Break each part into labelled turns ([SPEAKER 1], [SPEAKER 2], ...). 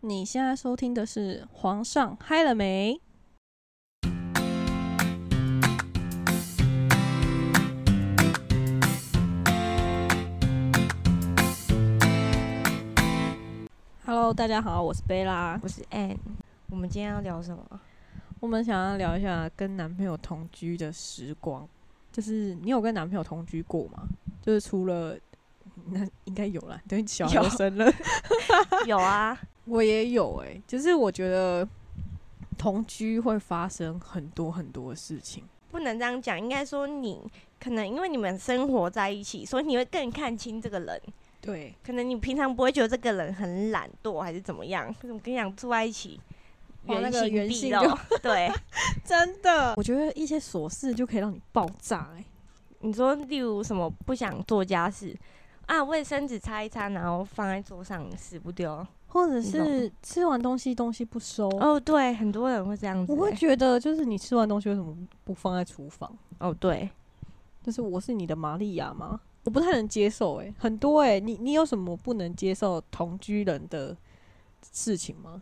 [SPEAKER 1] 你现在收听的是《皇上嗨了没》。Hello，大家好，我是贝拉。
[SPEAKER 2] 我是 Ann。我们今天要聊什 么？
[SPEAKER 1] 我们想要聊一下跟男朋友同居的时光，就是你有跟男朋友同居过吗？就是除了那应该有啦，等于小孩
[SPEAKER 2] 有
[SPEAKER 1] 都生了，
[SPEAKER 2] 有啊，
[SPEAKER 1] 我也有哎、就是我觉得同居会发生很多很多的事情。
[SPEAKER 2] 不能这样讲，应该说你可能因为你们生活在一起，所以你会更看清这个人。
[SPEAKER 1] 对，
[SPEAKER 2] 可能你平常不会觉得这个人很懒惰还是怎么样。可是我跟你讲，住在一起，
[SPEAKER 1] 哦那
[SPEAKER 2] 原
[SPEAKER 1] 个原
[SPEAKER 2] 形
[SPEAKER 1] 性
[SPEAKER 2] 毕露。对，
[SPEAKER 1] 真的，我觉得一些琐事就可以让你爆炸哎、
[SPEAKER 2] 你说例如什么不想做家事啊，卫生纸擦一擦，然后放在桌上死不丢。
[SPEAKER 1] 或者
[SPEAKER 2] 你懂
[SPEAKER 1] 是吃完东西东西不收。
[SPEAKER 2] 哦，对，很多人会这样子、
[SPEAKER 1] 我会
[SPEAKER 2] 欸。
[SPEAKER 1] 觉得，就是你吃完东西为什么不放在厨房？
[SPEAKER 2] 哦，对，
[SPEAKER 1] 就是我是你的玛利亚吗？我不太能接受哎、很多哎、你你有什么不能接受同居人的事情吗？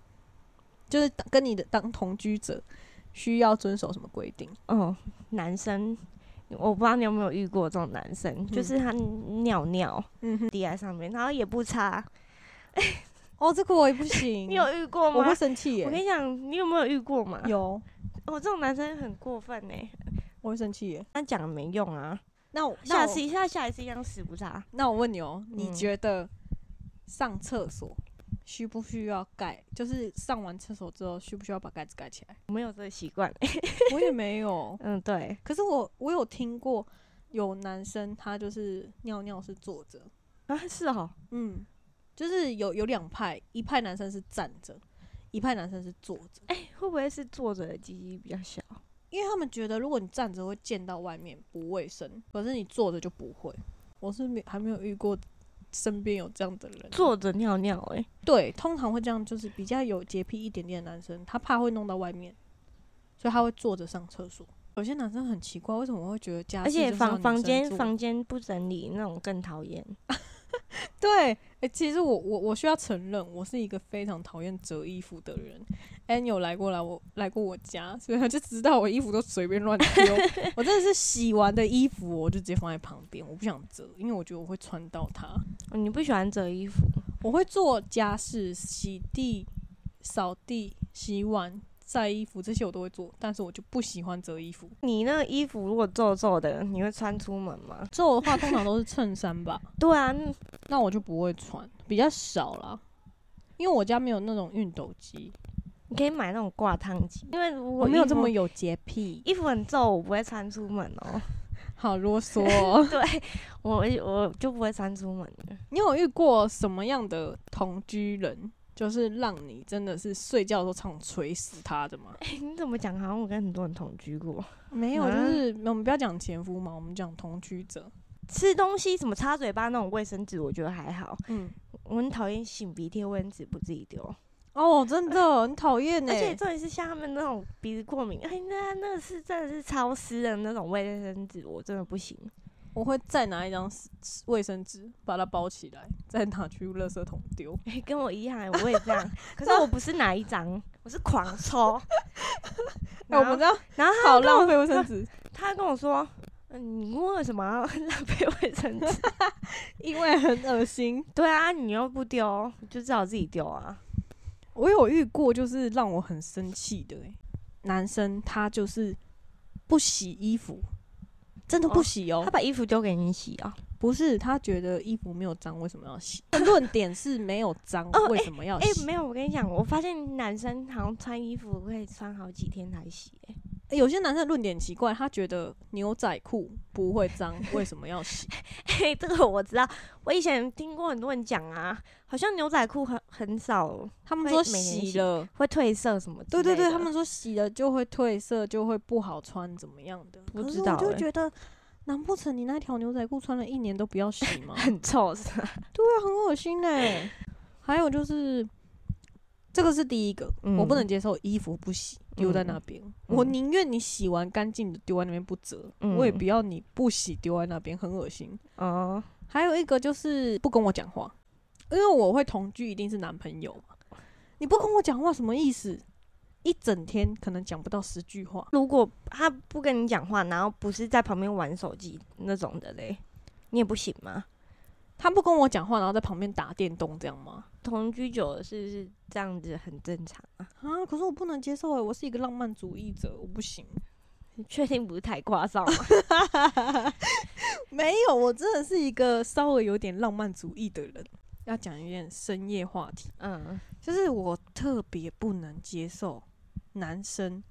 [SPEAKER 1] 就是当跟你的当同居者需要遵守什么规定？
[SPEAKER 2] 哦，男生，我不知道你有没有遇过这种男生，就是他尿尿
[SPEAKER 1] 嗯哼，
[SPEAKER 2] 滴在上面，然后也不擦，
[SPEAKER 1] 哦，这个我也不行，
[SPEAKER 2] 你有遇过
[SPEAKER 1] 我
[SPEAKER 2] 吗
[SPEAKER 1] 会？生气耶、
[SPEAKER 2] 我跟你讲，你有没有遇过嘛？
[SPEAKER 1] 有，
[SPEAKER 2] 哦，这种男生很过分呢、
[SPEAKER 1] 我会生气耶、
[SPEAKER 2] 他讲了没用啊，
[SPEAKER 1] 那我那
[SPEAKER 2] 下
[SPEAKER 1] 我
[SPEAKER 2] 次一下下一次一样死不擦。
[SPEAKER 1] 那我问你哦、你
[SPEAKER 2] 嗯
[SPEAKER 1] 觉得上厕所需不需要盖？就是上完厕所之后，需不需要把盖子盖起来？
[SPEAKER 2] 我没有这个习惯欸、
[SPEAKER 1] 我也没有，
[SPEAKER 2] 嗯，对，
[SPEAKER 1] 可是我我有听过有男生他就是尿尿是坐着，
[SPEAKER 2] 啊是哦，
[SPEAKER 1] 嗯，就是有有两派，一派男生是站着，一派男生是坐着，
[SPEAKER 2] 哎、会不会是坐着的鸡鸡比较小？
[SPEAKER 1] 因为他们觉得如果你站着会溅到外面不卫生，可是你坐着就不会。我是没还没有遇过身边有这样的人，
[SPEAKER 2] 坐着尿尿、欸，哎，
[SPEAKER 1] 对，通常会这样，就是比较有洁癖一点点的男生，他怕会弄到外面，所以他会坐着上厕所。有些男生很奇怪，为什么会觉得家事
[SPEAKER 2] 而且
[SPEAKER 1] 啊就是要
[SPEAKER 2] 房
[SPEAKER 1] 女
[SPEAKER 2] 房
[SPEAKER 1] 生
[SPEAKER 2] 间
[SPEAKER 1] 做
[SPEAKER 2] 房间不整理那种更讨厌。
[SPEAKER 1] 对，哎、其实我我我需要承认，我是一个非常讨厌折衣服的人。安有来过来我来过我家，所以他就知道我衣服都随便乱丢。我真的是洗完的衣服，我就直接放在旁边，我不想折，因为我觉得我会穿到它。
[SPEAKER 2] 哦你不喜欢折衣服？
[SPEAKER 1] 我会做家事，洗地、扫地、洗碗、晒衣服这些我都会做，但是我就不喜欢折衣服。
[SPEAKER 2] 你那个衣服如果皱皱的，你会穿出门吗？
[SPEAKER 1] 皱的话通常都是衬衫吧，
[SPEAKER 2] 对啊，那
[SPEAKER 1] 那我就不会穿，比较少啦，因为我家没有那种熨斗机，
[SPEAKER 2] 你可以买那种挂烫机，因为如
[SPEAKER 1] 我
[SPEAKER 2] 果
[SPEAKER 1] 没有
[SPEAKER 2] 衣服
[SPEAKER 1] 这么有洁癖。
[SPEAKER 2] 衣服很皱，我不会穿出门哦。。
[SPEAKER 1] 好 啰嗦、哦
[SPEAKER 2] 对我我就不会穿出门 的。
[SPEAKER 1] 你有遇过什么样的同居人，就是让你真的是睡觉都常捶死他的吗？
[SPEAKER 2] 你怎么讲？好像我跟很多人同居过，
[SPEAKER 1] 没有，就
[SPEAKER 2] 啊
[SPEAKER 1] 是我们不要讲前夫嘛，我们讲同居者。
[SPEAKER 2] 吃东西什么擦嘴巴那种卫生纸，我觉得还好。
[SPEAKER 1] 嗯，
[SPEAKER 2] 我很讨厌擤鼻涕的卫生纸不自己丢，
[SPEAKER 1] 哦，真的 很讨厌呢。欸
[SPEAKER 2] 而且重点是像他们那种鼻子过敏，哎，那那个是真的是超湿的那种卫生纸，我真的不行。
[SPEAKER 1] 我会再拿一张卫生纸把它包起来，再拿去垃圾桶丢。。
[SPEAKER 2] 哎、跟我一样欸，我也这样。 可是我不是拿一张，我是狂抽
[SPEAKER 1] 哎、我们这样
[SPEAKER 2] 然后
[SPEAKER 1] 好浪费卫生纸，
[SPEAKER 2] 他跟我说：“嗯，你为什么要 浪费卫生纸？
[SPEAKER 1] 因为很恶心。
[SPEAKER 2] 对啊，你又不丢，就只好自己丢啊。
[SPEAKER 1] 我有遇过，就是让我很生气的、欸，男生他就是不洗衣服，真的不洗哦
[SPEAKER 2] 他把衣服丢给你洗啊、
[SPEAKER 1] 不是他觉得衣服没有脏，为什么要洗？ 论点是没有脏，
[SPEAKER 2] 哦
[SPEAKER 1] 为什么要
[SPEAKER 2] 哎、
[SPEAKER 1] 洗？
[SPEAKER 2] 没有，我跟你讲，我发现男生好像穿衣服会穿好几天才洗、 欸。
[SPEAKER 1] 有些男生论点奇怪，他觉得牛仔裤不会 脏，为什么要洗？
[SPEAKER 2] 嘿、这个我知道，我以前听过很多人讲啊，好像牛仔裤很很少
[SPEAKER 1] 他们说
[SPEAKER 2] 会每年
[SPEAKER 1] 洗
[SPEAKER 2] 洗
[SPEAKER 1] 了。
[SPEAKER 2] 会褪色什么之
[SPEAKER 1] 对
[SPEAKER 2] 类的。
[SPEAKER 1] 对对，他们说洗了就会褪色，就会不好穿，怎么样的？
[SPEAKER 2] 不
[SPEAKER 1] 可
[SPEAKER 2] 知
[SPEAKER 1] 是
[SPEAKER 2] 道
[SPEAKER 1] 我就
[SPEAKER 2] 欸
[SPEAKER 1] 觉得，难不成你那条牛仔裤穿了一年都不要洗吗？
[SPEAKER 2] 很臭是吧？
[SPEAKER 1] 那啊很恶心呢、 还有就是，这个是第一个，我不
[SPEAKER 2] 嗯
[SPEAKER 1] 能接受衣服不洗丢在那边，我
[SPEAKER 2] 嗯
[SPEAKER 1] 宁愿你洗完干净的丢在那边不折，我也
[SPEAKER 2] 嗯
[SPEAKER 1] 不要你不洗丢在那边，很恶心。
[SPEAKER 2] 哦
[SPEAKER 1] 还有一个就是不跟我讲话，因为我会同居，一定是男朋友嘛。你不跟我讲话什么意思？一整天可能讲不到十句话，
[SPEAKER 2] 如果他不跟你讲话，然后不是在旁边玩手机那种的嘞，你也不行吗？
[SPEAKER 1] 他不跟我讲话，然后在旁边打电动这样吗？
[SPEAKER 2] 同居久了是不是这样子很正常啊？
[SPEAKER 1] 啊，可是我不能接受哎、我是一个浪漫主义者，我不行。
[SPEAKER 2] 你确定不是太夸 张吗？
[SPEAKER 1] 没有，我真的是一个稍微有点浪漫主义的人。要讲一点深夜话题，
[SPEAKER 2] 嗯，
[SPEAKER 1] 就是我特别不能接受男生，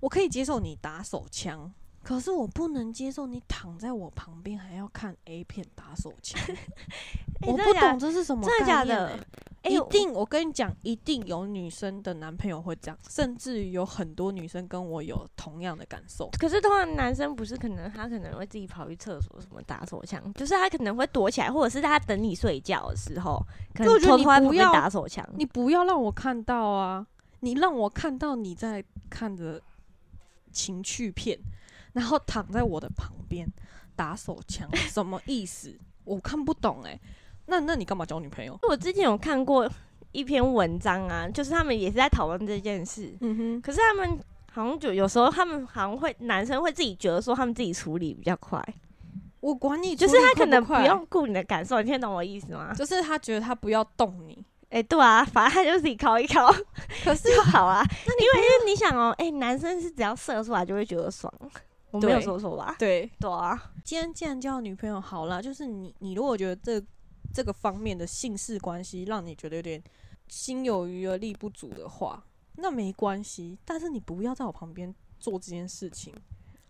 [SPEAKER 1] 我可以接受你打手枪，可是我不能接受你躺在我旁边还要看 A 片打手枪，
[SPEAKER 2] 欸
[SPEAKER 1] 我
[SPEAKER 2] 真
[SPEAKER 1] 不
[SPEAKER 2] 的假
[SPEAKER 1] 懂这是什么
[SPEAKER 2] 真的假
[SPEAKER 1] 概念
[SPEAKER 2] 的
[SPEAKER 1] 欸
[SPEAKER 2] 哎
[SPEAKER 1] 一
[SPEAKER 2] 我
[SPEAKER 1] 定，我跟你讲，一定有女生的男朋友会这样，甚至于有很多女生跟我有同样的感受。
[SPEAKER 2] 可是通常男生不是可能他可能会自己跑去厕所什么打手枪，就是他可能会躲起来，或者是他等你睡觉的时候，可
[SPEAKER 1] 我
[SPEAKER 2] 能
[SPEAKER 1] 觉得
[SPEAKER 2] 偷
[SPEAKER 1] 你
[SPEAKER 2] 偷在旁
[SPEAKER 1] 不
[SPEAKER 2] 边
[SPEAKER 1] 要
[SPEAKER 2] 打手枪。
[SPEAKER 1] 你不要让我看到啊！你让我看到你在看着情趣片，然后躺在我的旁边打手枪，什么意思？我看不懂哎、那那你干嘛交女朋友？
[SPEAKER 2] 我之前有看过一篇文章啊，就是他们也是在讨论这件事，
[SPEAKER 1] 嗯哼，
[SPEAKER 2] 可是他们好像就有时候他们好像会男生会自己觉得说他们自己处理比较快，
[SPEAKER 1] 我管你处理
[SPEAKER 2] 就是他
[SPEAKER 1] 快
[SPEAKER 2] 可能
[SPEAKER 1] 不
[SPEAKER 2] 不
[SPEAKER 1] 快，啊
[SPEAKER 2] 用顾你的感受，你听懂我意思吗？
[SPEAKER 1] 就是他觉得他不要动你，
[SPEAKER 2] 哎、对啊， 反正他就自己敲一敲
[SPEAKER 1] 可是
[SPEAKER 2] 就好啊，因为因为你想哦，哎、男生是只要射出来就会觉得爽，我没有
[SPEAKER 1] 对
[SPEAKER 2] 说错吧？
[SPEAKER 1] 对，
[SPEAKER 2] 对啊，
[SPEAKER 1] 今天既然交女朋友好啦，就是你你如果觉得这这个方面的性事关系让你觉得有点心有余而力不足的话，那没关系，但是你不要在我旁边做这件事情，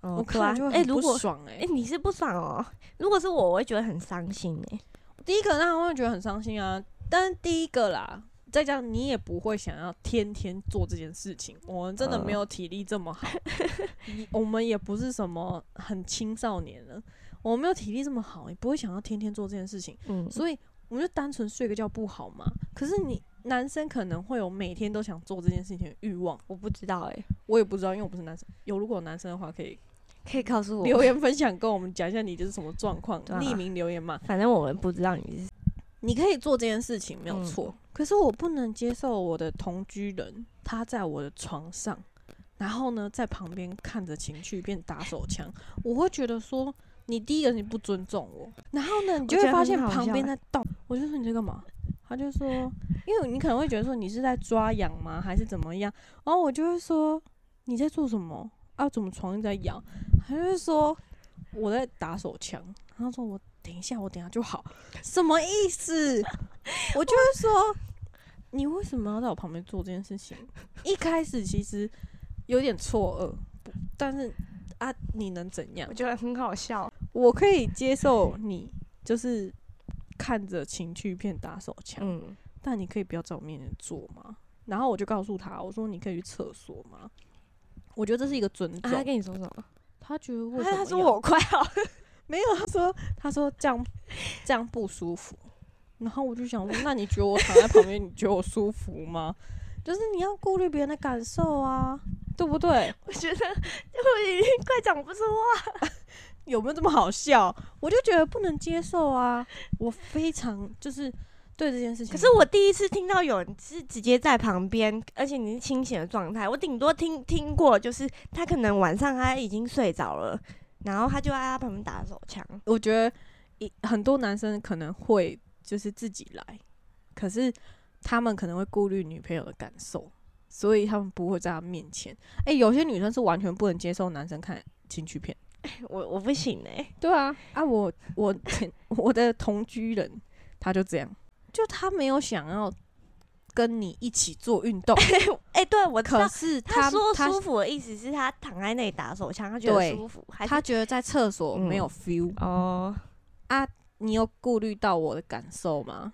[SPEAKER 1] 我
[SPEAKER 2] 哦，对
[SPEAKER 1] 看
[SPEAKER 2] 啊
[SPEAKER 1] 了就，会
[SPEAKER 2] 哎、
[SPEAKER 1] 很
[SPEAKER 2] 如
[SPEAKER 1] 不
[SPEAKER 2] 果
[SPEAKER 1] 爽哎、
[SPEAKER 2] 哎、你是不爽哦，如果是我，我会觉得很伤心哎、
[SPEAKER 1] 第一个让我会觉得很伤心啊，但是第一个啦。再加上你也不会想要天天做这件事情，我们真的没有体力这么好，
[SPEAKER 2] 呃
[SPEAKER 1] 你我们也不是什么很青少年了，我们没有体力这么好，也不会想要天天做这件事情。
[SPEAKER 2] 嗯，
[SPEAKER 1] 所以我们就单纯睡个觉不好吗？可是你男生可能会有每天都想做这件事情的欲望，
[SPEAKER 2] 我不知道哎、
[SPEAKER 1] 我也不知道，因为我不是男生。有如果有男生的话，可以
[SPEAKER 2] 可以告诉我，
[SPEAKER 1] 留言分享，跟我们讲一下你这是什么状况，
[SPEAKER 2] 对啊
[SPEAKER 1] 匿名留言嘛。
[SPEAKER 2] 反正我们不知道你是
[SPEAKER 1] 你可以做这件事情没有
[SPEAKER 2] 嗯
[SPEAKER 1] 错，可是我不能接受我的同居人他在我的床上，然后呢在旁边看着情趣变打手枪，我会觉得说你第一个你不尊重我，然后呢你就
[SPEAKER 2] 我觉
[SPEAKER 1] 会
[SPEAKER 2] 得
[SPEAKER 1] 发现
[SPEAKER 2] 很好
[SPEAKER 1] 旁边
[SPEAKER 2] 笑
[SPEAKER 1] 在动，我就说你在干嘛？他就说，因为你可能会觉得说你是在抓痒吗，还是怎么样？然后我就会说你在做什么？啊，怎么床一直在痒？他就会说我在打手枪。然后说我等一下，我等一下就好， 什么意 思？我就会说，你为什么要在我旁边做这件事情？一开始其实有点错愕，不但是啊，你能怎样
[SPEAKER 2] 我？觉得很好笑。
[SPEAKER 1] 我可以接受你就是看着情趣片打手枪，
[SPEAKER 2] 嗯，
[SPEAKER 1] 但你可以不要在我面前做吗？然后我就告诉他，我说你可以去厕所吗？我觉得这是一个尊重。
[SPEAKER 2] 啊他跟你说什么？
[SPEAKER 1] 啊他觉得为什么
[SPEAKER 2] 他
[SPEAKER 1] 要？
[SPEAKER 2] 说我快 好，
[SPEAKER 1] 没有，他说他说这样这样不舒服，然后我就想说，那你觉得我躺在旁边，你觉得我舒服吗？就是你要顾虑别人的感受啊，对不对？
[SPEAKER 2] 我觉得 我已经快讲不出话。
[SPEAKER 1] 有没有这么好笑？我就觉得不能接受啊，我非常就是对这件事情，
[SPEAKER 2] 可是我第一次听到有人是直接在旁边，而且你是清醒的状态。我顶多听听过，就是他可能晚上他已经睡着了，然后他就在他旁边打手枪。
[SPEAKER 1] 我觉得一很多男生可能会就是自己来，可是他们可能会顾虑女朋友的感受，所以他们不会在他面前。诶、有些女生是完全不能接受男生看情趣片。
[SPEAKER 2] 我我不行哎、
[SPEAKER 1] 对啊，啊我我前我的同居人他就这样，就他没有想要跟你一起做运 动，
[SPEAKER 2] 哎、对我知道
[SPEAKER 1] 可。是
[SPEAKER 2] 他
[SPEAKER 1] 他
[SPEAKER 2] 说
[SPEAKER 1] 他
[SPEAKER 2] 舒服的意思是他躺在那里打手枪，他觉得
[SPEAKER 1] 对
[SPEAKER 2] 舒服，还
[SPEAKER 1] 他
[SPEAKER 2] 是
[SPEAKER 1] 觉得在厕所没有
[SPEAKER 2] 嗯
[SPEAKER 1] feel，、
[SPEAKER 2] 哦，
[SPEAKER 1] 你有顾虑到我的感受吗？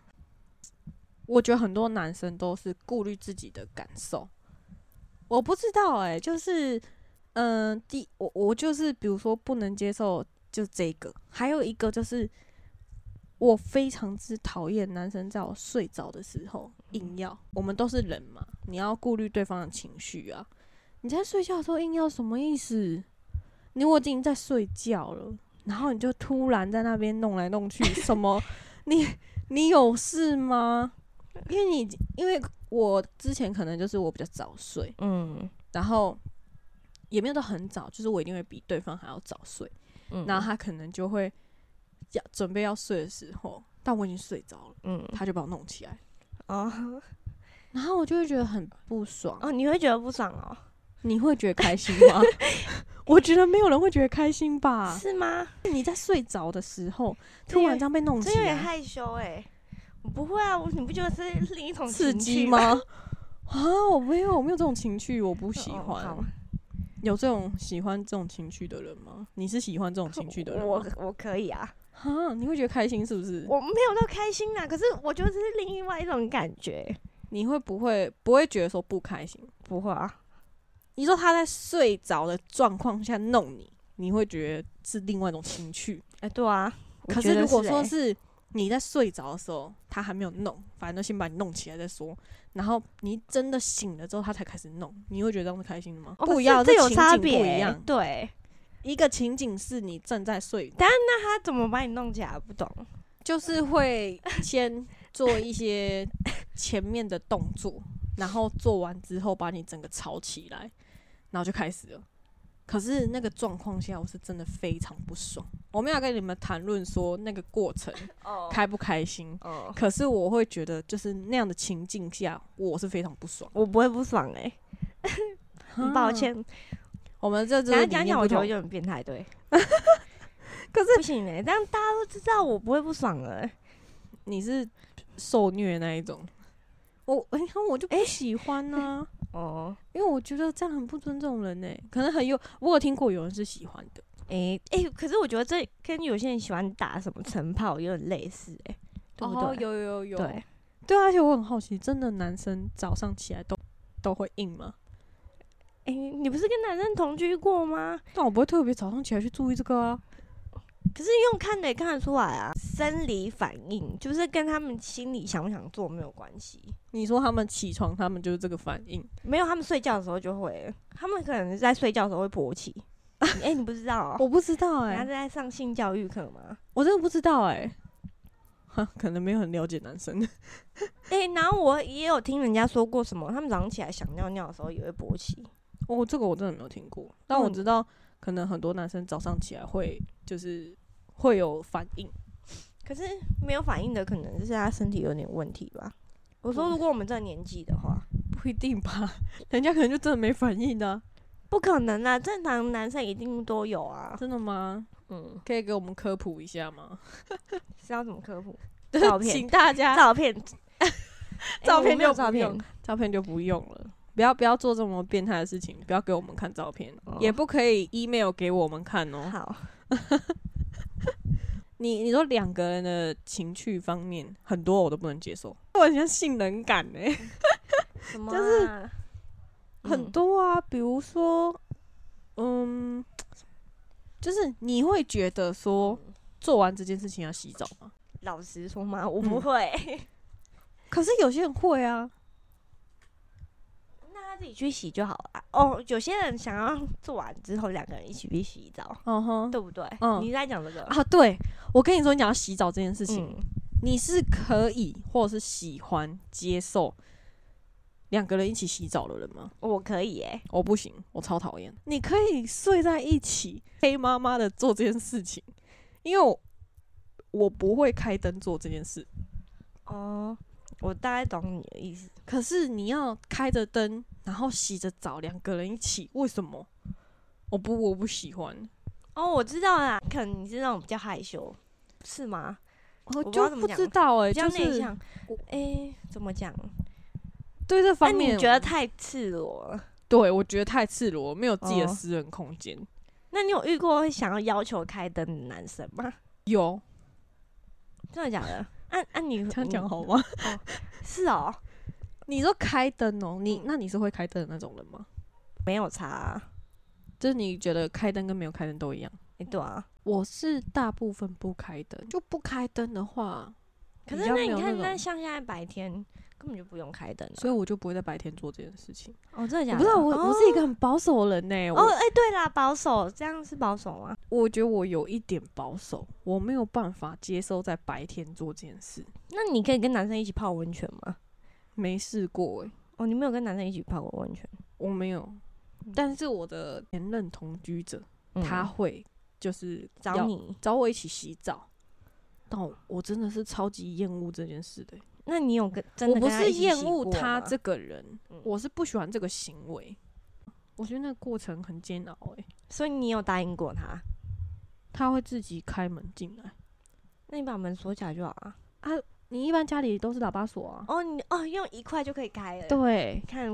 [SPEAKER 1] 我觉得很多男生都是顾虑自己的感受，我不知道哎、就是嗯、呃第我我就是比如说不能接受就这个，还有一个就是我非常之讨厌男生在我睡着的时候硬要，我们都是人嘛，你要顾虑对方的情绪啊。你在睡觉的时候硬要什么意思？你我已经在睡觉了，然后你就突然在那边弄来 弄去，什么？你你有事吗？因为你因为我之前可能就是我比较早睡，
[SPEAKER 2] 嗯，
[SPEAKER 1] 然后也没有到很早，就是我一定会比对方还要早睡，
[SPEAKER 2] 嗯
[SPEAKER 1] 然后他可能就会要准备要睡的时候，但我已经睡着了，
[SPEAKER 2] 嗯
[SPEAKER 1] 他就把我弄起来，
[SPEAKER 2] 哦
[SPEAKER 1] 然后我就会觉得很不爽。
[SPEAKER 2] 哦，你会觉得不爽哦？
[SPEAKER 1] 你会觉得开心吗？ 我觉得没有人会觉得开心吧。
[SPEAKER 2] 是吗？
[SPEAKER 1] 你在睡着的时候，
[SPEAKER 2] 这有
[SPEAKER 1] 突然这样被弄
[SPEAKER 2] 这
[SPEAKER 1] 起
[SPEAKER 2] 有点
[SPEAKER 1] 来，
[SPEAKER 2] 害羞哎、我不会啊，我你不觉得是另一种
[SPEAKER 1] 刺
[SPEAKER 2] 情
[SPEAKER 1] 激
[SPEAKER 2] 趣
[SPEAKER 1] 吗？？ 啊，我没有，我没有这种情趣，我不喜
[SPEAKER 2] 哦
[SPEAKER 1] 欢。
[SPEAKER 2] 好
[SPEAKER 1] 有这种喜欢这种情趣的人吗？你是喜欢这种情趣的人
[SPEAKER 2] 我
[SPEAKER 1] 吗？
[SPEAKER 2] 我可以啊，
[SPEAKER 1] 哈，你会觉得开心是不是？
[SPEAKER 2] 我没有到开心啊啦，可是我觉得这是另外一种感觉。
[SPEAKER 1] 你会不会不会觉得说不开心？
[SPEAKER 2] 不会啊，
[SPEAKER 1] 你说他在睡着的状况下弄你，你会觉得是另外一种情趣。
[SPEAKER 2] 哎、对啊，我
[SPEAKER 1] 可
[SPEAKER 2] 觉得
[SPEAKER 1] 如果说
[SPEAKER 2] 欸
[SPEAKER 1] 是你在睡着的时候，他还没有弄，反正先把你弄起来再说，然后你真的醒了之后，他才开始弄，你会觉得这样是开心的吗？
[SPEAKER 2] 哦可
[SPEAKER 1] 不一
[SPEAKER 2] 是
[SPEAKER 1] 样，
[SPEAKER 2] 这有
[SPEAKER 1] 情
[SPEAKER 2] 差
[SPEAKER 1] 景
[SPEAKER 2] 别
[SPEAKER 1] 不
[SPEAKER 2] 欸
[SPEAKER 1] 一样。
[SPEAKER 2] 对，
[SPEAKER 1] 一个情景是你正在睡，
[SPEAKER 2] 他怎么把你弄起来？不懂。
[SPEAKER 1] 就是会先做一些前面的动作，然后做完之后把你整个吵起来，然后就开始了。可是那个状况下，我是真的非常不爽。我没有要跟你们谈论说那个过程
[SPEAKER 2] 哦
[SPEAKER 1] 开不开心，
[SPEAKER 2] 哦，
[SPEAKER 1] 可是我会觉得，就是那样的情境下，我是非常不爽。嗯
[SPEAKER 2] 我不会不爽哎、很抱，歉。
[SPEAKER 1] 我们这就是
[SPEAKER 2] 讲讲
[SPEAKER 1] 理念
[SPEAKER 2] 讲，
[SPEAKER 1] 不
[SPEAKER 2] 我觉得
[SPEAKER 1] 同
[SPEAKER 2] 我就很变态， 对。
[SPEAKER 1] 可
[SPEAKER 2] 是不行哎、这样大家都知道我不会不爽了欸、
[SPEAKER 1] 你是受虐那一种。我你看，我就不喜欢呢、
[SPEAKER 2] 哦，
[SPEAKER 1] 因为我觉得这样很不尊重人呢、可能很有，我有听过有人是喜欢的，
[SPEAKER 2] 哎、哎、可是我觉得这跟有些人喜欢打什么晨跑有点类似哎、对不对？
[SPEAKER 1] 哦，有有有
[SPEAKER 2] 对，
[SPEAKER 1] 对啊，而且我很好奇，真的男生早上起来都都会硬吗？
[SPEAKER 2] 哎、你不是跟男生同居过吗？
[SPEAKER 1] 但我不会特别早上起来去注意这个啊。
[SPEAKER 2] 可是用看的也看得出来啊，生理反应就是跟他们心里想不想做没有关系。
[SPEAKER 1] 你说他们起床，他们就是这个反应，
[SPEAKER 2] 没有，他们睡觉的时候就会，他们可能在睡觉的时候会勃起。 哎、你不知道、哦？
[SPEAKER 1] 我不知道哎、
[SPEAKER 2] 人家在上性教育课吗？
[SPEAKER 1] 我真的不知道哎、 哈，可能没有很了解男生。
[SPEAKER 2] 哎、然后我也有听人家说过什么，他们早上起来想尿尿的时候也会勃起。
[SPEAKER 1] 哦，这个我真的没有听过，但我
[SPEAKER 2] 嗯
[SPEAKER 1] 知道可能很多男生早上起来会就是会有反应。
[SPEAKER 2] 可是没有反应的，可能就是他身体有点问题吧。我说，
[SPEAKER 1] 嗯
[SPEAKER 2] 如果我们这个年纪的话，
[SPEAKER 1] 不一定吧， 人家可能就真的没反应啊的、
[SPEAKER 2] 不可能啊，正常男生一定都有啊。
[SPEAKER 1] 真的吗？
[SPEAKER 2] 嗯，
[SPEAKER 1] 可以给我们科普一下吗？
[SPEAKER 2] 是要怎么科普？
[SPEAKER 1] 对
[SPEAKER 2] 照片
[SPEAKER 1] 请大家
[SPEAKER 2] 照片， 哎
[SPEAKER 1] 照片
[SPEAKER 2] 没有
[SPEAKER 1] 就不
[SPEAKER 2] 照片
[SPEAKER 1] 用，照片就不用了，不要不要做这么变态的事情，不要给我们看照片，
[SPEAKER 2] 哦
[SPEAKER 1] 也不可以 email 给我们看哦。
[SPEAKER 2] 好。
[SPEAKER 1] 你你说两个人的情趣方面，很多我都不能接受，我很像性能感哎、
[SPEAKER 2] 什么、
[SPEAKER 1] 就是
[SPEAKER 2] 啊？
[SPEAKER 1] 很
[SPEAKER 2] 嗯
[SPEAKER 1] 多啊，比如说，嗯，就是你会觉得说做完这件事情要洗澡吗？
[SPEAKER 2] 老实说嘛，我
[SPEAKER 1] 嗯
[SPEAKER 2] 不会。
[SPEAKER 1] 可是有些人会啊，
[SPEAKER 2] 那他自己去洗就好了啊。哦，有些人想要做完之后两个人一起去洗澡，
[SPEAKER 1] 嗯哼，
[SPEAKER 2] 对不对？
[SPEAKER 1] 嗯
[SPEAKER 2] 你在讲这个？
[SPEAKER 1] 啊，对，我跟你说，你讲到洗澡这件事情，
[SPEAKER 2] 嗯，
[SPEAKER 1] 你是可以或者是喜欢接受两个人一起洗澡的人吗？
[SPEAKER 2] 我可以哎、
[SPEAKER 1] 我不行，我超讨厌。你可以睡在一起，黑麻麻的做这件事情，因为我我不会开灯做这件事。
[SPEAKER 2] 哦，我大概懂你的意思。
[SPEAKER 1] 可是你要开着灯，然后洗着澡，两个人一起，为什么？我不，我不喜欢，
[SPEAKER 2] 哦，我知道啦，可能你是那种比较害羞，是吗？
[SPEAKER 1] 我
[SPEAKER 2] 不知
[SPEAKER 1] 就
[SPEAKER 2] 道怎么
[SPEAKER 1] 不
[SPEAKER 2] 讲
[SPEAKER 1] 知道哎、
[SPEAKER 2] 比较
[SPEAKER 1] 就
[SPEAKER 2] 内
[SPEAKER 1] 是
[SPEAKER 2] 向。
[SPEAKER 1] 我
[SPEAKER 2] 哎、怎么讲？
[SPEAKER 1] 对这
[SPEAKER 2] 那
[SPEAKER 1] 方面，
[SPEAKER 2] 你觉得太赤裸了？
[SPEAKER 1] 对我觉得太赤裸，没有自己的
[SPEAKER 2] 哦
[SPEAKER 1] 私人空间。
[SPEAKER 2] 那你有遇过会想要要求开灯的男生吗？
[SPEAKER 1] 有
[SPEAKER 2] 真的假的？按、按、你
[SPEAKER 1] 这样
[SPEAKER 2] 你
[SPEAKER 1] 讲好吗？
[SPEAKER 2] 是哦，
[SPEAKER 1] 你说开灯哦，你
[SPEAKER 2] 嗯
[SPEAKER 1] 那你是会开灯的那种人吗？
[SPEAKER 2] 没有差、啊。
[SPEAKER 1] 就是你觉得开灯跟没有开灯都一样？
[SPEAKER 2] 哎、对啊，
[SPEAKER 1] 我是大部分不开灯，就不开灯的话，
[SPEAKER 2] 可
[SPEAKER 1] 比
[SPEAKER 2] 是
[SPEAKER 1] 较
[SPEAKER 2] 那
[SPEAKER 1] 没有
[SPEAKER 2] 你看，
[SPEAKER 1] 那
[SPEAKER 2] 那
[SPEAKER 1] 种
[SPEAKER 2] 像现在白天根本就不用开灯了。
[SPEAKER 1] 所以我就不会在白天做这件事情。
[SPEAKER 2] 哦，真的假
[SPEAKER 1] 我
[SPEAKER 2] 的？
[SPEAKER 1] 不知道，啊我、
[SPEAKER 2] 哦
[SPEAKER 1] 我是一个很保守的人呢、我、
[SPEAKER 2] 哦，哎、对啦，保守，这样是保守啊吗？
[SPEAKER 1] 我觉得我有一点保守，我没有办法接受在白天做这件事。
[SPEAKER 2] 那你可以跟男生一起泡温泉吗？
[SPEAKER 1] 没试过诶、欸
[SPEAKER 2] 哦，你没有跟男生一起泡过温泉？
[SPEAKER 1] 我没有。但是我的前任同居者、
[SPEAKER 2] 嗯
[SPEAKER 1] 他会就是
[SPEAKER 2] 找
[SPEAKER 1] 要
[SPEAKER 2] 你，
[SPEAKER 1] 找我一起洗澡，但我我真的是超级厌恶这件事的欸、
[SPEAKER 2] 那你有跟真
[SPEAKER 1] 我
[SPEAKER 2] 的
[SPEAKER 1] 不
[SPEAKER 2] 跟他
[SPEAKER 1] 是
[SPEAKER 2] 一起
[SPEAKER 1] 厌
[SPEAKER 2] 洗
[SPEAKER 1] 恶
[SPEAKER 2] 过
[SPEAKER 1] 他
[SPEAKER 2] 吗
[SPEAKER 1] 这个人
[SPEAKER 2] 嗯，
[SPEAKER 1] 我是不喜欢这个行为。我觉得那个过程很煎熬诶、
[SPEAKER 2] 所以你有答应过他？
[SPEAKER 1] 他会自己开门进来。
[SPEAKER 2] 那你把门锁起来就好了。
[SPEAKER 1] 你一般家里都是喇叭锁啊？
[SPEAKER 2] 哦，你哦用一块就可以开了。，
[SPEAKER 1] 对，
[SPEAKER 2] 看，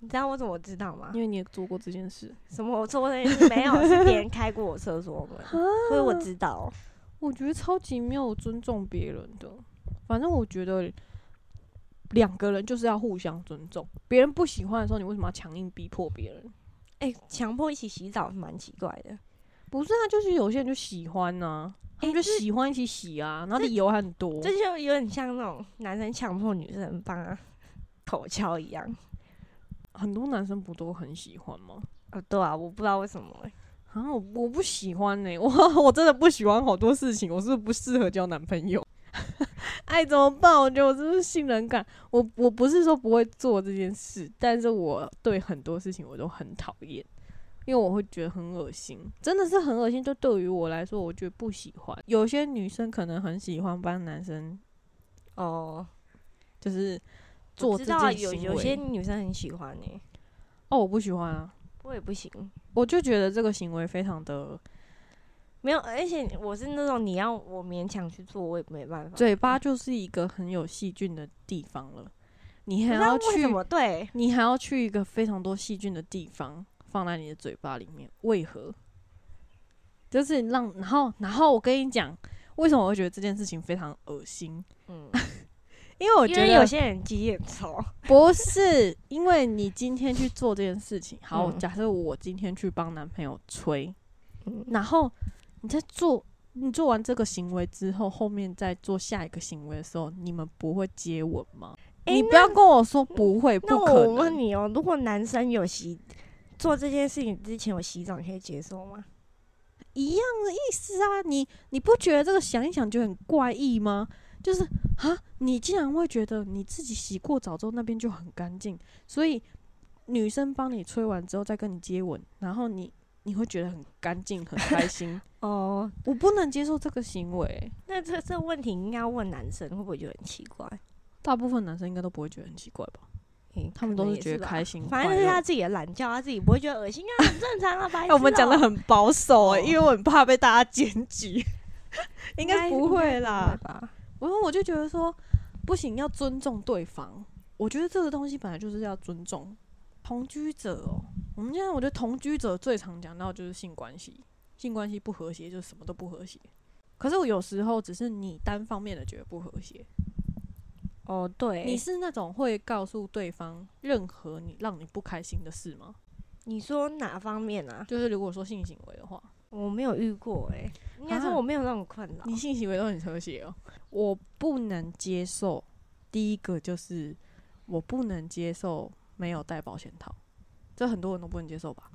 [SPEAKER 2] 你知道我怎么知道吗
[SPEAKER 1] 因？为你也做过这件事。
[SPEAKER 2] 什么我做的没有， 是别人开过我厕所
[SPEAKER 1] 啊
[SPEAKER 2] 门，所以我知道。
[SPEAKER 1] 我觉得超级没有尊重别人的。反正我觉得两个人就是要互相尊重，别人不喜欢的时候，你为什么要强硬逼迫别人？
[SPEAKER 2] 哎、强迫一起洗澡是蛮奇怪的。
[SPEAKER 1] 不是啊，就是有些人就喜欢呐、他们就
[SPEAKER 2] 欸这
[SPEAKER 1] 喜欢一起洗啊，然后理由还很多。
[SPEAKER 2] 这就有点像那种男生强迫女生帮他 口交一样。
[SPEAKER 1] 很多男生不都很喜欢吗？
[SPEAKER 2] 哦，对啊，我不知道为什么、
[SPEAKER 1] 啊，我我不喜欢呢、我 我真的不喜欢好多事情，我是不是不适合交男朋友？ 爱怎么办？我觉得我真是信任感，我我不是说不会做这件事，但是我对很多事情我都很讨厌，因为我会觉得很恶心，真的是很恶心。就对于我来说，我觉得不喜欢。有些女生可能很喜欢帮男生，
[SPEAKER 2] 哦，
[SPEAKER 1] 就是做
[SPEAKER 2] 我
[SPEAKER 1] 这
[SPEAKER 2] 知
[SPEAKER 1] 件
[SPEAKER 2] 道
[SPEAKER 1] 行
[SPEAKER 2] 啊
[SPEAKER 1] 为。
[SPEAKER 2] 有有些女生很喜欢你、
[SPEAKER 1] 哦，我不喜欢啊，
[SPEAKER 2] 我也不行。
[SPEAKER 1] 我就觉得这个行为非常的
[SPEAKER 2] 没有，而且我是那种你要我勉强去做，我也没办法。
[SPEAKER 1] 嘴巴就是一个很有细菌的地方了，你
[SPEAKER 2] 不
[SPEAKER 1] 还
[SPEAKER 2] 知道
[SPEAKER 1] 要
[SPEAKER 2] 为
[SPEAKER 1] 去
[SPEAKER 2] 什，么对？
[SPEAKER 1] 你还要去一个非常多细菌的地方放在你的嘴巴里面，为何？就是让，然后，然后我跟你讲，为什么我会觉得这件事情非常恶心？
[SPEAKER 2] 嗯，
[SPEAKER 1] 因为 我
[SPEAKER 2] 因
[SPEAKER 1] 觉
[SPEAKER 2] 为有
[SPEAKER 1] 得
[SPEAKER 2] 些人鸡眼丑，
[SPEAKER 1] 不是，因为你今天去做这件事情。好，
[SPEAKER 2] 嗯
[SPEAKER 1] 假设我今天去帮男朋友吹，
[SPEAKER 2] 嗯
[SPEAKER 1] 然后你在做你做完这个行为之后，后面再做下一个行为的时候，你们不会接吻吗？
[SPEAKER 2] 诶
[SPEAKER 1] 你不要跟我说不会，
[SPEAKER 2] 那
[SPEAKER 1] 不可
[SPEAKER 2] 我问
[SPEAKER 1] 能。
[SPEAKER 2] 你哦，如果男生有洗做这件事情之前有洗澡，你可以接受吗？
[SPEAKER 1] 一样的意思啊！你你不觉得这个想一想就很怪异吗？就是啊，你竟然会觉得你自己洗过澡之后那边就很干净，所以女生帮你吹完之后再跟你接吻，然后你你会觉得很干净很开 心。
[SPEAKER 2] 哦，
[SPEAKER 1] 我不能接受这个行为，
[SPEAKER 2] 那这这问题应该要问男生，会不会觉得很奇怪？
[SPEAKER 1] 大部分男生应该都不会觉得很奇怪吧？
[SPEAKER 2] 嗯
[SPEAKER 1] 他们都
[SPEAKER 2] 可能
[SPEAKER 1] 是
[SPEAKER 2] 也
[SPEAKER 1] 觉得
[SPEAKER 2] 吧
[SPEAKER 1] 开心
[SPEAKER 2] 反
[SPEAKER 1] 快
[SPEAKER 2] 正
[SPEAKER 1] 乐
[SPEAKER 2] 是他自己的懒觉，他自己不会觉得恶心啊，很正常啊，白
[SPEAKER 1] 哎、
[SPEAKER 2] 痴哦。
[SPEAKER 1] 我们讲的很保守哎、
[SPEAKER 2] 哦
[SPEAKER 1] 因为我很怕被大家检 举，应该不会
[SPEAKER 2] 应该
[SPEAKER 1] 啦
[SPEAKER 2] 不。会吧？
[SPEAKER 1] 然后我就觉得说，不行，要尊重对方。我觉得这个东西本来就是要尊重同居者哦。我们现在我觉得同居者最常讲到就是性关系，性关系不和谐就什么都不和谐。可是我有时候只是你单方面的觉得不和谐，
[SPEAKER 2] 哦，对，
[SPEAKER 1] 你
[SPEAKER 2] 你
[SPEAKER 1] 是那种会告诉对方任何你让你不开心的事吗？
[SPEAKER 2] 你说哪方面啊？
[SPEAKER 1] 就是如果说性行为的话，
[SPEAKER 2] 我没有遇过哎、应该说
[SPEAKER 1] 啊
[SPEAKER 2] 我没有那种困扰。
[SPEAKER 1] 你性行为都很和谐哦。我不能接受，第一个就是我不能接受没有戴保险套，这很多人都不能接受吧？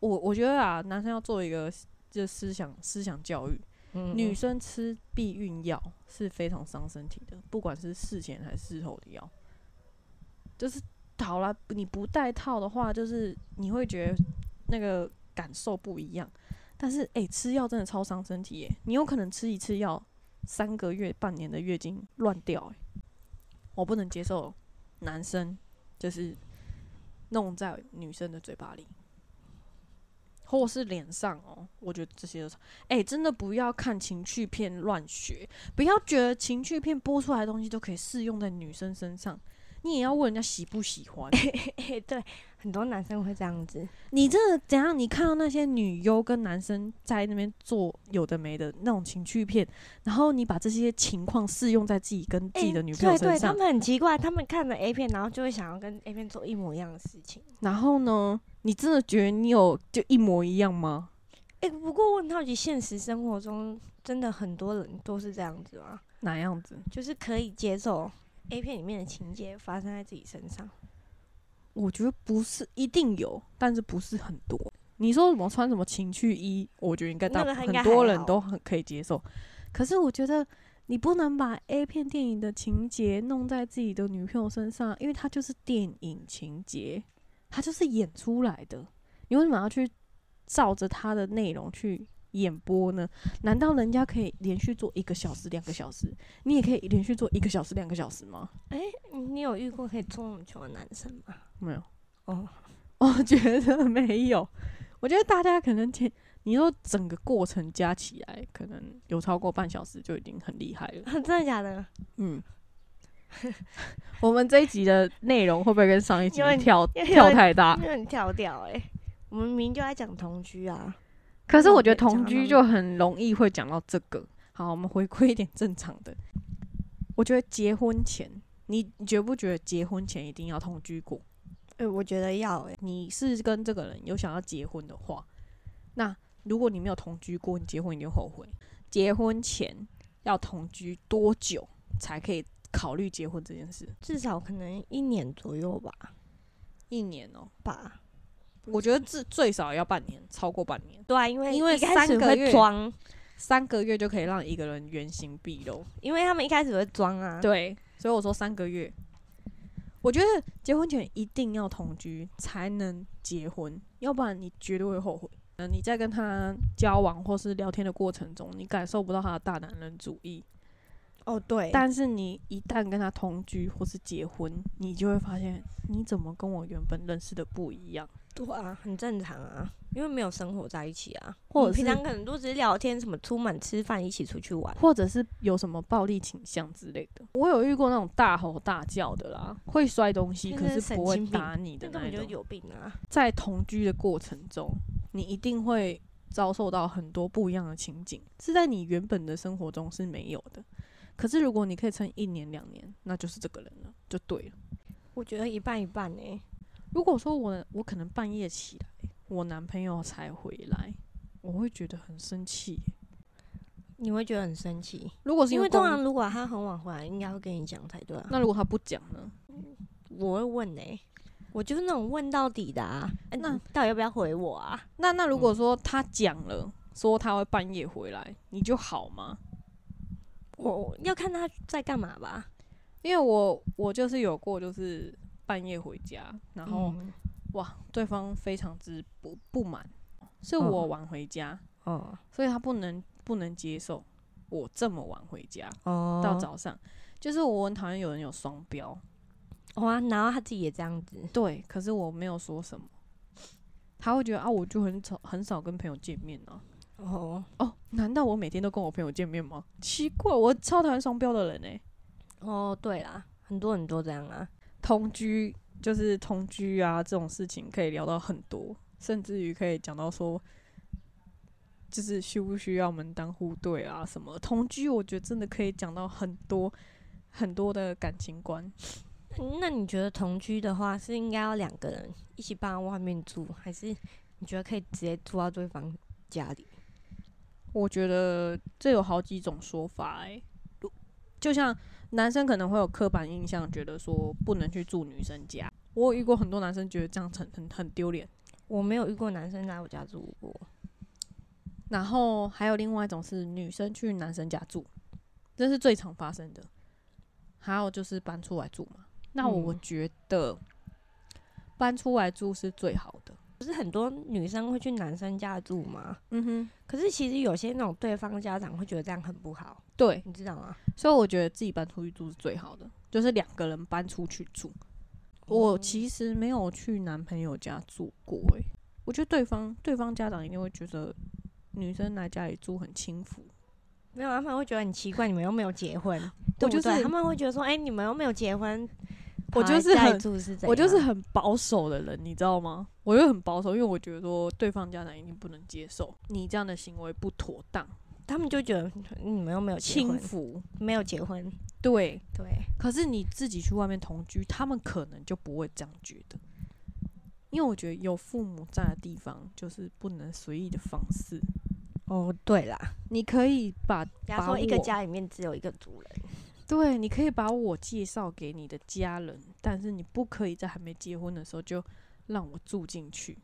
[SPEAKER 1] 我我觉得啊，男生要做一个就思想思想教育，
[SPEAKER 2] 嗯
[SPEAKER 1] 女生吃避孕药是非常伤身体的，不管是事前还是事后的药，就是好啦，你不戴套的话，就是你会觉得那个感受不一样。但是，诶、吃药真的超伤身体耶、你有可能吃一次药，三个月、半年的月经乱掉、欸，我不能接受男生就是弄在女生的嘴巴里，或是脸上哦，我觉得这些都是，哎、真的不要看情趣片乱学，不要觉得情趣片播出来的东西都可以适用在女生身上，你也要问人家喜不喜欢。
[SPEAKER 2] 哎嘿对，很多男生会这样子。
[SPEAKER 1] 你真的怎样？你看到那些女优跟男生在那边做有的没的那种情趣片，然后你把这些情况适用在自己跟自己的
[SPEAKER 2] 诶
[SPEAKER 1] 女朋友
[SPEAKER 2] 哎对
[SPEAKER 1] 身
[SPEAKER 2] 对，他
[SPEAKER 1] 上，
[SPEAKER 2] 们很奇怪，他们看了 A 片，然后就会想要跟 A 片做一模一样的事情。
[SPEAKER 1] 然后呢，你真的觉得你有就一模一样吗？
[SPEAKER 2] 哎、不过我很好奇，现实生活中真的很多人都是这样子吗？
[SPEAKER 1] 哪样子？
[SPEAKER 2] 就是可以接受 A 片里面的情节发生在自己身上。
[SPEAKER 1] 我觉得不是一定有，但是不是很多。你说什么穿什么情趣衣，我觉得应该大、
[SPEAKER 2] 那个应该
[SPEAKER 1] 很多
[SPEAKER 2] 还
[SPEAKER 1] 人
[SPEAKER 2] 好
[SPEAKER 1] 都很可以接受。可是我觉得你不能把 A 片电影的情节弄在自己的女朋友身上，因为它就是电影情节，它就是演出来的。你为什么要去照着它的内容去演播呢？难道人家可以连续做一个小时、两个小时，你也可以连续做一个小时、两个小时吗？
[SPEAKER 2] 哎、你有遇过可以做那么久的男生吗？
[SPEAKER 1] 没有，
[SPEAKER 2] 哦，
[SPEAKER 1] 我觉得没有。我觉得大家可能前，你说整个过程加起来，可能有超过半小时就已经很厉害了。
[SPEAKER 2] 真的假的？
[SPEAKER 1] 嗯，我们这一集的内容会不会跟上一集
[SPEAKER 2] 因为
[SPEAKER 1] 跳
[SPEAKER 2] 因为
[SPEAKER 1] 跳太大？
[SPEAKER 2] 那很跳掉哎、我们明明就在讲同居啊，
[SPEAKER 1] 可是我觉得
[SPEAKER 2] 讲到
[SPEAKER 1] 同居就很容易会讲到这个。好，我们回归一点正常的。我觉得结婚前，你你觉不觉得结婚前一定要同居过？
[SPEAKER 2] 哎、我觉得要哎、
[SPEAKER 1] 你是跟这个人有想要结婚的话，那如果你没有同居过，你结婚一定会后悔。结婚前要同居多久才可以考虑结婚这件事？
[SPEAKER 2] 至少可能一年左右吧
[SPEAKER 1] 一年哦、
[SPEAKER 2] 吧。
[SPEAKER 1] 我觉得至最少要半年，超过半年，
[SPEAKER 2] 对啊，因为
[SPEAKER 1] 因为
[SPEAKER 2] 一开
[SPEAKER 1] 三
[SPEAKER 2] 始
[SPEAKER 1] 个
[SPEAKER 2] 会
[SPEAKER 1] 月
[SPEAKER 2] 装，
[SPEAKER 1] 三个月就可以让一个人原形毕露。
[SPEAKER 2] 因为他们一开始会装啊。
[SPEAKER 1] 对，所以我说三个月。我觉得结婚前一定要同居才能结婚，要不然你绝对会后悔。嗯，你在跟他交往或是聊天的过程中，你感受不到他的大男人主义，
[SPEAKER 2] 哦对，
[SPEAKER 1] 但是你一旦跟他同居或是结婚，你就会发现你怎么跟我原本认识的不一样。
[SPEAKER 2] 对啊，很正常啊，因为没有生活在一起啊，
[SPEAKER 1] 者
[SPEAKER 2] 或者平
[SPEAKER 1] 是
[SPEAKER 2] 常可能都只是聊天，什么出门吃饭，一起出去玩。
[SPEAKER 1] 或者是有什么暴力倾向之类的。我有遇过那种大吼大叫的啦，会摔东西，
[SPEAKER 2] 那
[SPEAKER 1] 可
[SPEAKER 2] 是
[SPEAKER 1] 是不会
[SPEAKER 2] 神经病
[SPEAKER 1] 打你的
[SPEAKER 2] 这根
[SPEAKER 1] 那
[SPEAKER 2] 本
[SPEAKER 1] 一
[SPEAKER 2] 就是
[SPEAKER 1] 种。
[SPEAKER 2] 有病啊！
[SPEAKER 1] 在同居的过程中，你一定会遭受到很多不一样的情景，是在你原本的生活中是没有的。可是如果你可以撑一年两年，那就是这个人了，就对了。
[SPEAKER 2] 我觉得一半一半欸呢、
[SPEAKER 1] 如果说我我可能半夜起来，我男朋友才回来，我会觉得很生气。
[SPEAKER 2] 你会觉得很生气，
[SPEAKER 1] 如果是
[SPEAKER 2] 因为
[SPEAKER 1] 工
[SPEAKER 2] 通常如果他很晚回来，应该会跟你讲才对啊。
[SPEAKER 1] 那如果他不讲呢？
[SPEAKER 2] 我会问呢、欸我就是那种问到底的啊。哎
[SPEAKER 1] 那
[SPEAKER 2] 你到底要不要回我啊？
[SPEAKER 1] 那那如果说他讲了，说他会半夜回来，你就好吗？
[SPEAKER 2] 我要看他在干嘛吧。
[SPEAKER 1] 因为我我就是有过，就是半夜回家，然后、
[SPEAKER 2] 嗯
[SPEAKER 1] 哇，对方非常之不不满，是我
[SPEAKER 2] 嗯
[SPEAKER 1] 晚回家，
[SPEAKER 2] 哦
[SPEAKER 1] 所以他不能不能接受我这么晚回家
[SPEAKER 2] 哦，
[SPEAKER 1] 到早上，就是我很讨厌有人有双标，
[SPEAKER 2] 哇、哦然后他自己也这样子，
[SPEAKER 1] 对，可是我没有说什么，他会觉得啊，我就很少很少跟朋友见面啊，
[SPEAKER 2] 哦
[SPEAKER 1] 哦，难道我每天都跟我朋友见面吗？奇怪，我超讨厌双标的人哎、
[SPEAKER 2] 哦，对啦，很多很多这样啊。
[SPEAKER 1] 同居就是同居啊，这种事情可以聊到很多，甚至于可以讲到说，就是需不需要门当户对啊什么。同居我觉得真的可以讲到很多很多的感情观。
[SPEAKER 2] 嗯那你觉得同居的话，是应该要两个人一起搬到外面住，还是你觉得可以直接住到对方家里？
[SPEAKER 1] 我觉得这有好几种说法哎、如就像男生可能会有刻板印象，觉得说不能去住女生家。我有遇过很多男生觉得这样很很很丢脸。
[SPEAKER 2] 我没有遇过男生来我家住过，
[SPEAKER 1] 然后还有另外一种是女生去男生家住，这是最常发生的。还有就是搬出来住嘛。那我
[SPEAKER 2] 嗯
[SPEAKER 1] 觉得搬出来住是最好的。
[SPEAKER 2] 不是很多女生会去男生家住吗？
[SPEAKER 1] 嗯哼，
[SPEAKER 2] 可是其实有些那种对方家长会觉得这样很不好，
[SPEAKER 1] 对，
[SPEAKER 2] 你知道吗？
[SPEAKER 1] 所以我觉得自己搬出去住是最好的，就是两个人搬出去住。我其实没有去男朋友家住过、欸，我觉得对方对方家长一定会觉得女生来家里住很轻浮。
[SPEAKER 2] 没有，他们会觉得很奇怪，你们又没有结婚，对不
[SPEAKER 1] 就
[SPEAKER 2] 对？
[SPEAKER 1] 是
[SPEAKER 2] 他们会觉得说，哎、你们又没有结婚，
[SPEAKER 1] 我
[SPEAKER 2] 跑来
[SPEAKER 1] 就是
[SPEAKER 2] 家里
[SPEAKER 1] 很
[SPEAKER 2] 住是怎样？
[SPEAKER 1] 我就是很保守的人，你知道吗？我就很保守，因为我觉得说对方家长一定不能接受你这样的行为不妥当、
[SPEAKER 2] 他们就觉得你们又没有结
[SPEAKER 1] 轻
[SPEAKER 2] 婚，
[SPEAKER 1] 浮。
[SPEAKER 2] 没有结婚，
[SPEAKER 1] 对，
[SPEAKER 2] 对，
[SPEAKER 1] 可是你自己去外面同居，他们可能就不会这样觉得，因为我觉得有父母在的地方，就是不能随意的放肆。
[SPEAKER 2] 哦，对啦，
[SPEAKER 1] 你可以把
[SPEAKER 2] 假如
[SPEAKER 1] 把
[SPEAKER 2] 说一个
[SPEAKER 1] 我
[SPEAKER 2] 家里面只有一个主人，
[SPEAKER 1] 对，你可以把我介绍给你的家人，但是你不可以在还没结婚的时候就让我住进去。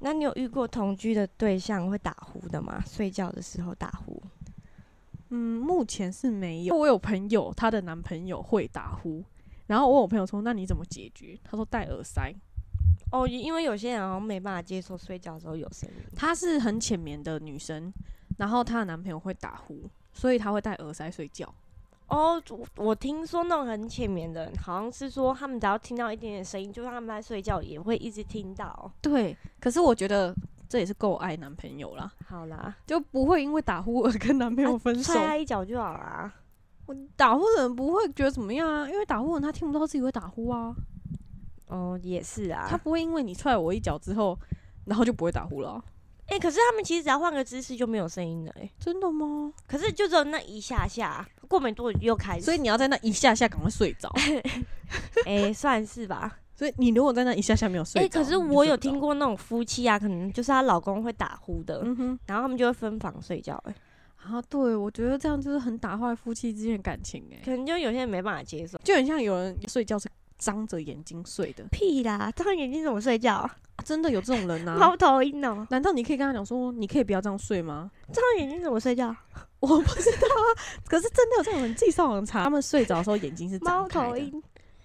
[SPEAKER 2] 那你有遇过同居的对象会打呼的吗？睡觉的时候打呼？
[SPEAKER 1] 嗯，目前是没有。我有朋友，她的男朋友会打呼，然后我问我朋友说：“那你怎么解决？”他说戴耳塞。
[SPEAKER 2] 哦，因为有些人好像没办法接受睡觉的时候有声音。
[SPEAKER 1] 她是很浅眠的女生，然后她的男朋友会打呼，所以她会戴耳塞睡觉。
[SPEAKER 2] 哦，我我听说那种很浅眠的人，好像是说他们只要听到一点点声音，就算他们在睡觉也会一直听到。
[SPEAKER 1] 对，可是我觉得这也是够爱男朋友啦，
[SPEAKER 2] 好啦，啊
[SPEAKER 1] 就不会因为打呼而跟男朋友分手。
[SPEAKER 2] 踹他一脚就好啦。
[SPEAKER 1] 我打呼的人不会觉得怎么样啊，因为打呼的人他听不到自己会打呼啊，
[SPEAKER 2] 哦，也是啊。
[SPEAKER 1] 他不会因为你踹我一脚之后，然后就不会打呼了啊、
[SPEAKER 2] 哎、可是他们其实只要换个姿势就没有声音了、哎，
[SPEAKER 1] 真的吗？
[SPEAKER 2] 可是就只有那一下下，过没多久又开始。
[SPEAKER 1] 所以你要在那一下下赶快睡着。
[SPEAKER 2] 哎、算是吧。
[SPEAKER 1] 所以你如果在那一下下没有
[SPEAKER 2] 哎、
[SPEAKER 1] 睡着，
[SPEAKER 2] 可是
[SPEAKER 1] 你就
[SPEAKER 2] 我
[SPEAKER 1] 睡
[SPEAKER 2] 有
[SPEAKER 1] 不着
[SPEAKER 2] 听，过那种夫妻啊，可能就是她老公会打呼的，
[SPEAKER 1] 嗯哼，
[SPEAKER 2] 然后他们就会分房睡觉、哎，
[SPEAKER 1] 啊，对，我觉得这样就是很打坏夫妻之间的感情哎、
[SPEAKER 2] 可能就有些人没办法接受。
[SPEAKER 1] 就很像有人睡觉是张着眼睛睡的，
[SPEAKER 2] 屁啦，张眼睛怎么睡觉？
[SPEAKER 1] 啊真的有这种人呐、
[SPEAKER 2] 猫头鹰哦、
[SPEAKER 1] 难道你可以跟他讲说，你可以不要这样睡吗？
[SPEAKER 2] 张眼睛怎么睡觉？
[SPEAKER 1] 我不知道啊，可是真的有这种人，自己上网查，他们睡着的时候眼睛是张
[SPEAKER 2] 猫
[SPEAKER 1] 开
[SPEAKER 2] 头
[SPEAKER 1] 的。
[SPEAKER 2] 鹰，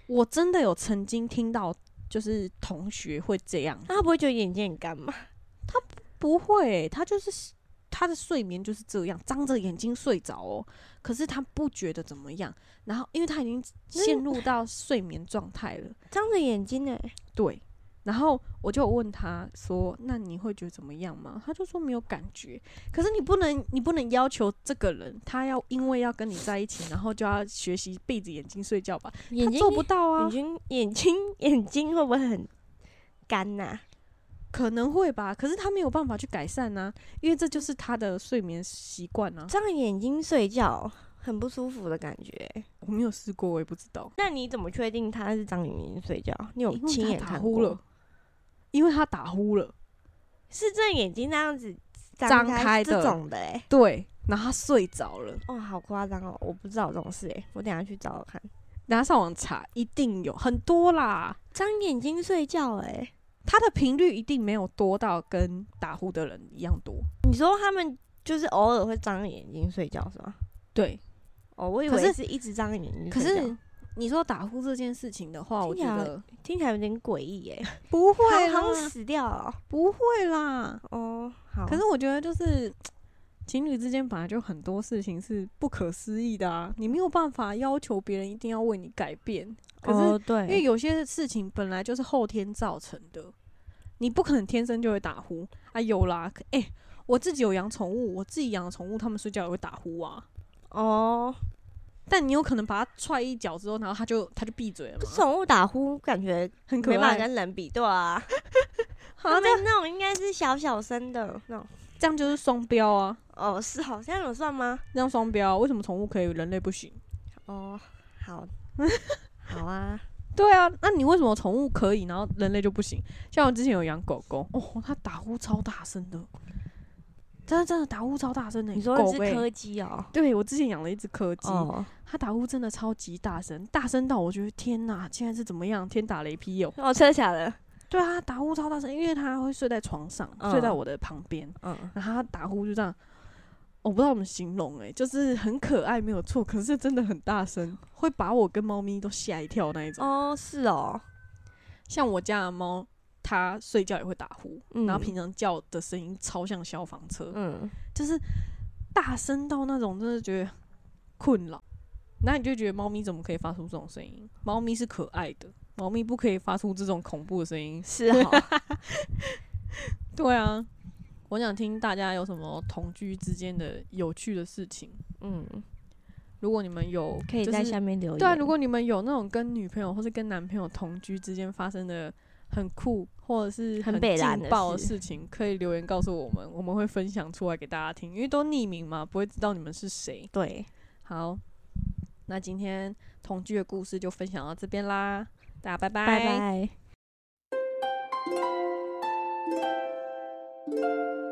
[SPEAKER 1] 我真的有曾经听到，就是同学会这样，
[SPEAKER 2] 那他不会觉得眼睛很干嘛？
[SPEAKER 1] 不会、他就是他的睡眠就是这样，张着眼睛睡着哦，可是他不觉得怎么样，然后因为他已经陷入到睡眠状态了，
[SPEAKER 2] 张着眼睛哎、
[SPEAKER 1] 对。然后我就有问他说：“那你会觉得怎么样吗？”他就说没有感觉。可是你不能，你不能要求这个人，他要因为要跟你在一起，然后就要学习闭着眼睛睡觉吧？他
[SPEAKER 2] 眼睛
[SPEAKER 1] 做不到啊
[SPEAKER 2] 眼，睛眼睛眼睛会不会很干呐、
[SPEAKER 1] 可能会吧。可是他没有办法去改善呢、因为这就是他的睡眠习惯啊。
[SPEAKER 2] 张着眼睛睡觉很不舒服的感觉、
[SPEAKER 1] 我没有试过，我也不知道。
[SPEAKER 2] 那你怎么确定他是张着眼睛睡觉？你有
[SPEAKER 1] 因为
[SPEAKER 2] 亲
[SPEAKER 1] 他
[SPEAKER 2] 眼
[SPEAKER 1] 打
[SPEAKER 2] 看
[SPEAKER 1] 呼
[SPEAKER 2] 过？
[SPEAKER 1] 了，因为他打呼了，
[SPEAKER 2] 是这眼睛那样子
[SPEAKER 1] 张
[SPEAKER 2] 开
[SPEAKER 1] 开的
[SPEAKER 2] 这种的哎、
[SPEAKER 1] 对，然后他睡着了，
[SPEAKER 2] 哦，好夸张哦！我不知道有这种事哎、我等一下去找找看。
[SPEAKER 1] 然后上网查，一定有很多啦。
[SPEAKER 2] 张眼睛睡觉哎、
[SPEAKER 1] 他的频率一定没有多到跟打呼的人一样多，
[SPEAKER 2] 你说他们就是偶尔会张着眼睛睡觉是吗？
[SPEAKER 1] 对。
[SPEAKER 2] 哦，我以
[SPEAKER 1] 可
[SPEAKER 2] 为
[SPEAKER 1] 是
[SPEAKER 2] 是一直张着眼睛
[SPEAKER 1] 可
[SPEAKER 2] 睡觉，
[SPEAKER 1] 是你说打呼这件事情的话，我
[SPEAKER 2] 听
[SPEAKER 1] 觉
[SPEAKER 2] 起来
[SPEAKER 1] 得
[SPEAKER 2] 听起来有点诡异哎，
[SPEAKER 1] 不会
[SPEAKER 2] 好好像
[SPEAKER 1] 啦，
[SPEAKER 2] 死掉了
[SPEAKER 1] 不会啦。
[SPEAKER 2] 哦。哦好，
[SPEAKER 1] 可是我觉得就是。情侣之间本来就很多事情是不可思议的啊，你没有办法要求别人一定要为你改变。可是
[SPEAKER 2] 哦对，
[SPEAKER 1] 因为有些事情本来就是后天造成的，你不可能天生就会打呼啊。有啦，可诶，我自己有养宠物，我自己养的宠物，它们睡觉也会打呼啊。
[SPEAKER 2] 哦，
[SPEAKER 1] 但你有可能把它踹一脚之后，然后它就它就闭嘴了
[SPEAKER 2] 可
[SPEAKER 1] 嘛
[SPEAKER 2] 是，宠物打呼感觉
[SPEAKER 1] 很可
[SPEAKER 2] 没办法
[SPEAKER 1] 爱。
[SPEAKER 2] 跟人比，对啊，
[SPEAKER 1] 好
[SPEAKER 2] 他
[SPEAKER 1] 像
[SPEAKER 2] 们那种应该是小小声的那种。
[SPEAKER 1] 这样就是双标啊，
[SPEAKER 2] 哦，是好像有算吗？
[SPEAKER 1] 这样双标，啊为什么宠物可以，人类不行？
[SPEAKER 2] 哦， 好，好啊，
[SPEAKER 1] 对啊，那你为什么宠物可以，然后人类就不行？像我之前有养狗狗，哦，它打呼超大声的，真的真的打呼超大声的、
[SPEAKER 2] 你说
[SPEAKER 1] 狗
[SPEAKER 2] 的是
[SPEAKER 1] 欸
[SPEAKER 2] 柯基哦？
[SPEAKER 1] 对我之前养了一只柯基，
[SPEAKER 2] 哦
[SPEAKER 1] 他打呼真的超级大声，大声到我觉得天哪，现在是怎么样？天打雷劈哦！
[SPEAKER 2] 哦，真的假的？
[SPEAKER 1] 对啊，他打呼超大声，因为他会睡在床上，
[SPEAKER 2] 嗯
[SPEAKER 1] 睡在我的旁边，
[SPEAKER 2] 嗯，
[SPEAKER 1] 然后他打呼就这样，我不知道怎么形容、欸，就是很可爱没有错，可是真的很大声，会把我跟猫咪都吓一跳那一种。
[SPEAKER 2] 哦，是哦，
[SPEAKER 1] 像我家的猫，它睡觉也会打呼，
[SPEAKER 2] 嗯
[SPEAKER 1] 然后平常叫的声音超像消防车，
[SPEAKER 2] 嗯，
[SPEAKER 1] 就是大声到那种，真的觉得困扰。那你就觉得猫咪怎么可以发出这种声音？猫咪是可爱的，猫咪不可以发出这种恐怖的声音。
[SPEAKER 2] 是哦 好，
[SPEAKER 1] 对啊，我想听大家有什么同居之间的有趣的事情。
[SPEAKER 2] 嗯，
[SPEAKER 1] 如果你们有，
[SPEAKER 2] 可以
[SPEAKER 1] 就
[SPEAKER 2] 在
[SPEAKER 1] 是
[SPEAKER 2] 下面留言。
[SPEAKER 1] 对啊，如果你们有那种跟女朋友或是跟男朋友同居之间发生的很酷或者是
[SPEAKER 2] 很北兰的
[SPEAKER 1] 劲爆的
[SPEAKER 2] 事
[SPEAKER 1] 事情，可以留言告诉我们，我们会分享出来给大家听，因为都匿名嘛，不会知道你们是谁。
[SPEAKER 2] 对，
[SPEAKER 1] 好，那今天同居的故事就分享到这边啦，大家拜拜，
[SPEAKER 2] 拜拜。